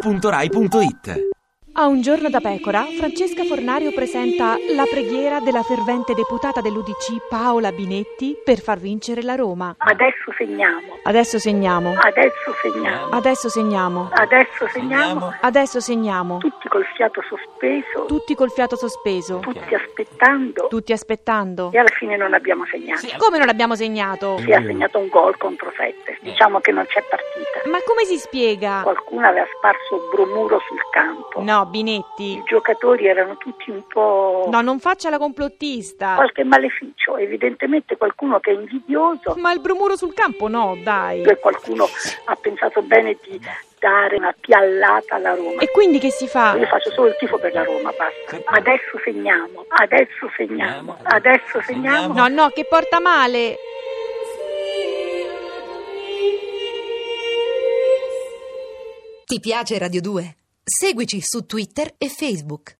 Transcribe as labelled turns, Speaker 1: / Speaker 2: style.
Speaker 1: radio2pod.rai.it
Speaker 2: A un giorno da pecora, Francesca Fornario presenta la preghiera della fervente deputata dell'UDC Paola Binetti per far vincere la Roma.
Speaker 3: Adesso segniamo,
Speaker 2: Adesso segniamo,
Speaker 3: adesso segniamo,
Speaker 2: adesso segniamo,
Speaker 3: adesso segniamo,
Speaker 2: adesso segniamo.
Speaker 3: tutti col fiato sospeso,
Speaker 2: Tutti col fiato sospeso,
Speaker 3: tutti aspettando
Speaker 2: tutti aspettando.
Speaker 3: e alla fine non abbiamo segnato.
Speaker 2: Come non l'abbiamo segnato?
Speaker 3: Si è segnato un gol contro sette, diciamo che non c'è partita.
Speaker 2: Ma come si spiega?
Speaker 3: Qualcuno aveva sparso bromuro sul campo,
Speaker 2: No,
Speaker 3: i
Speaker 2: Binetti.
Speaker 3: giocatori erano tutti un po'...
Speaker 2: No, non faccia la complottista.
Speaker 3: qualche maleficio, evidentemente qualcuno che è invidioso
Speaker 2: Ma il brumuro sul campo no, dai.
Speaker 3: e qualcuno ha pensato bene di dare una piallata alla Roma.
Speaker 2: E quindi che si fa?
Speaker 3: Io faccio solo il tifo per la Roma, basta. Adesso segniamo, adesso segniamo, adesso segniamo.
Speaker 2: No, no, che porta male.
Speaker 4: Ti piace Radio 2? Seguici su Twitter e Facebook.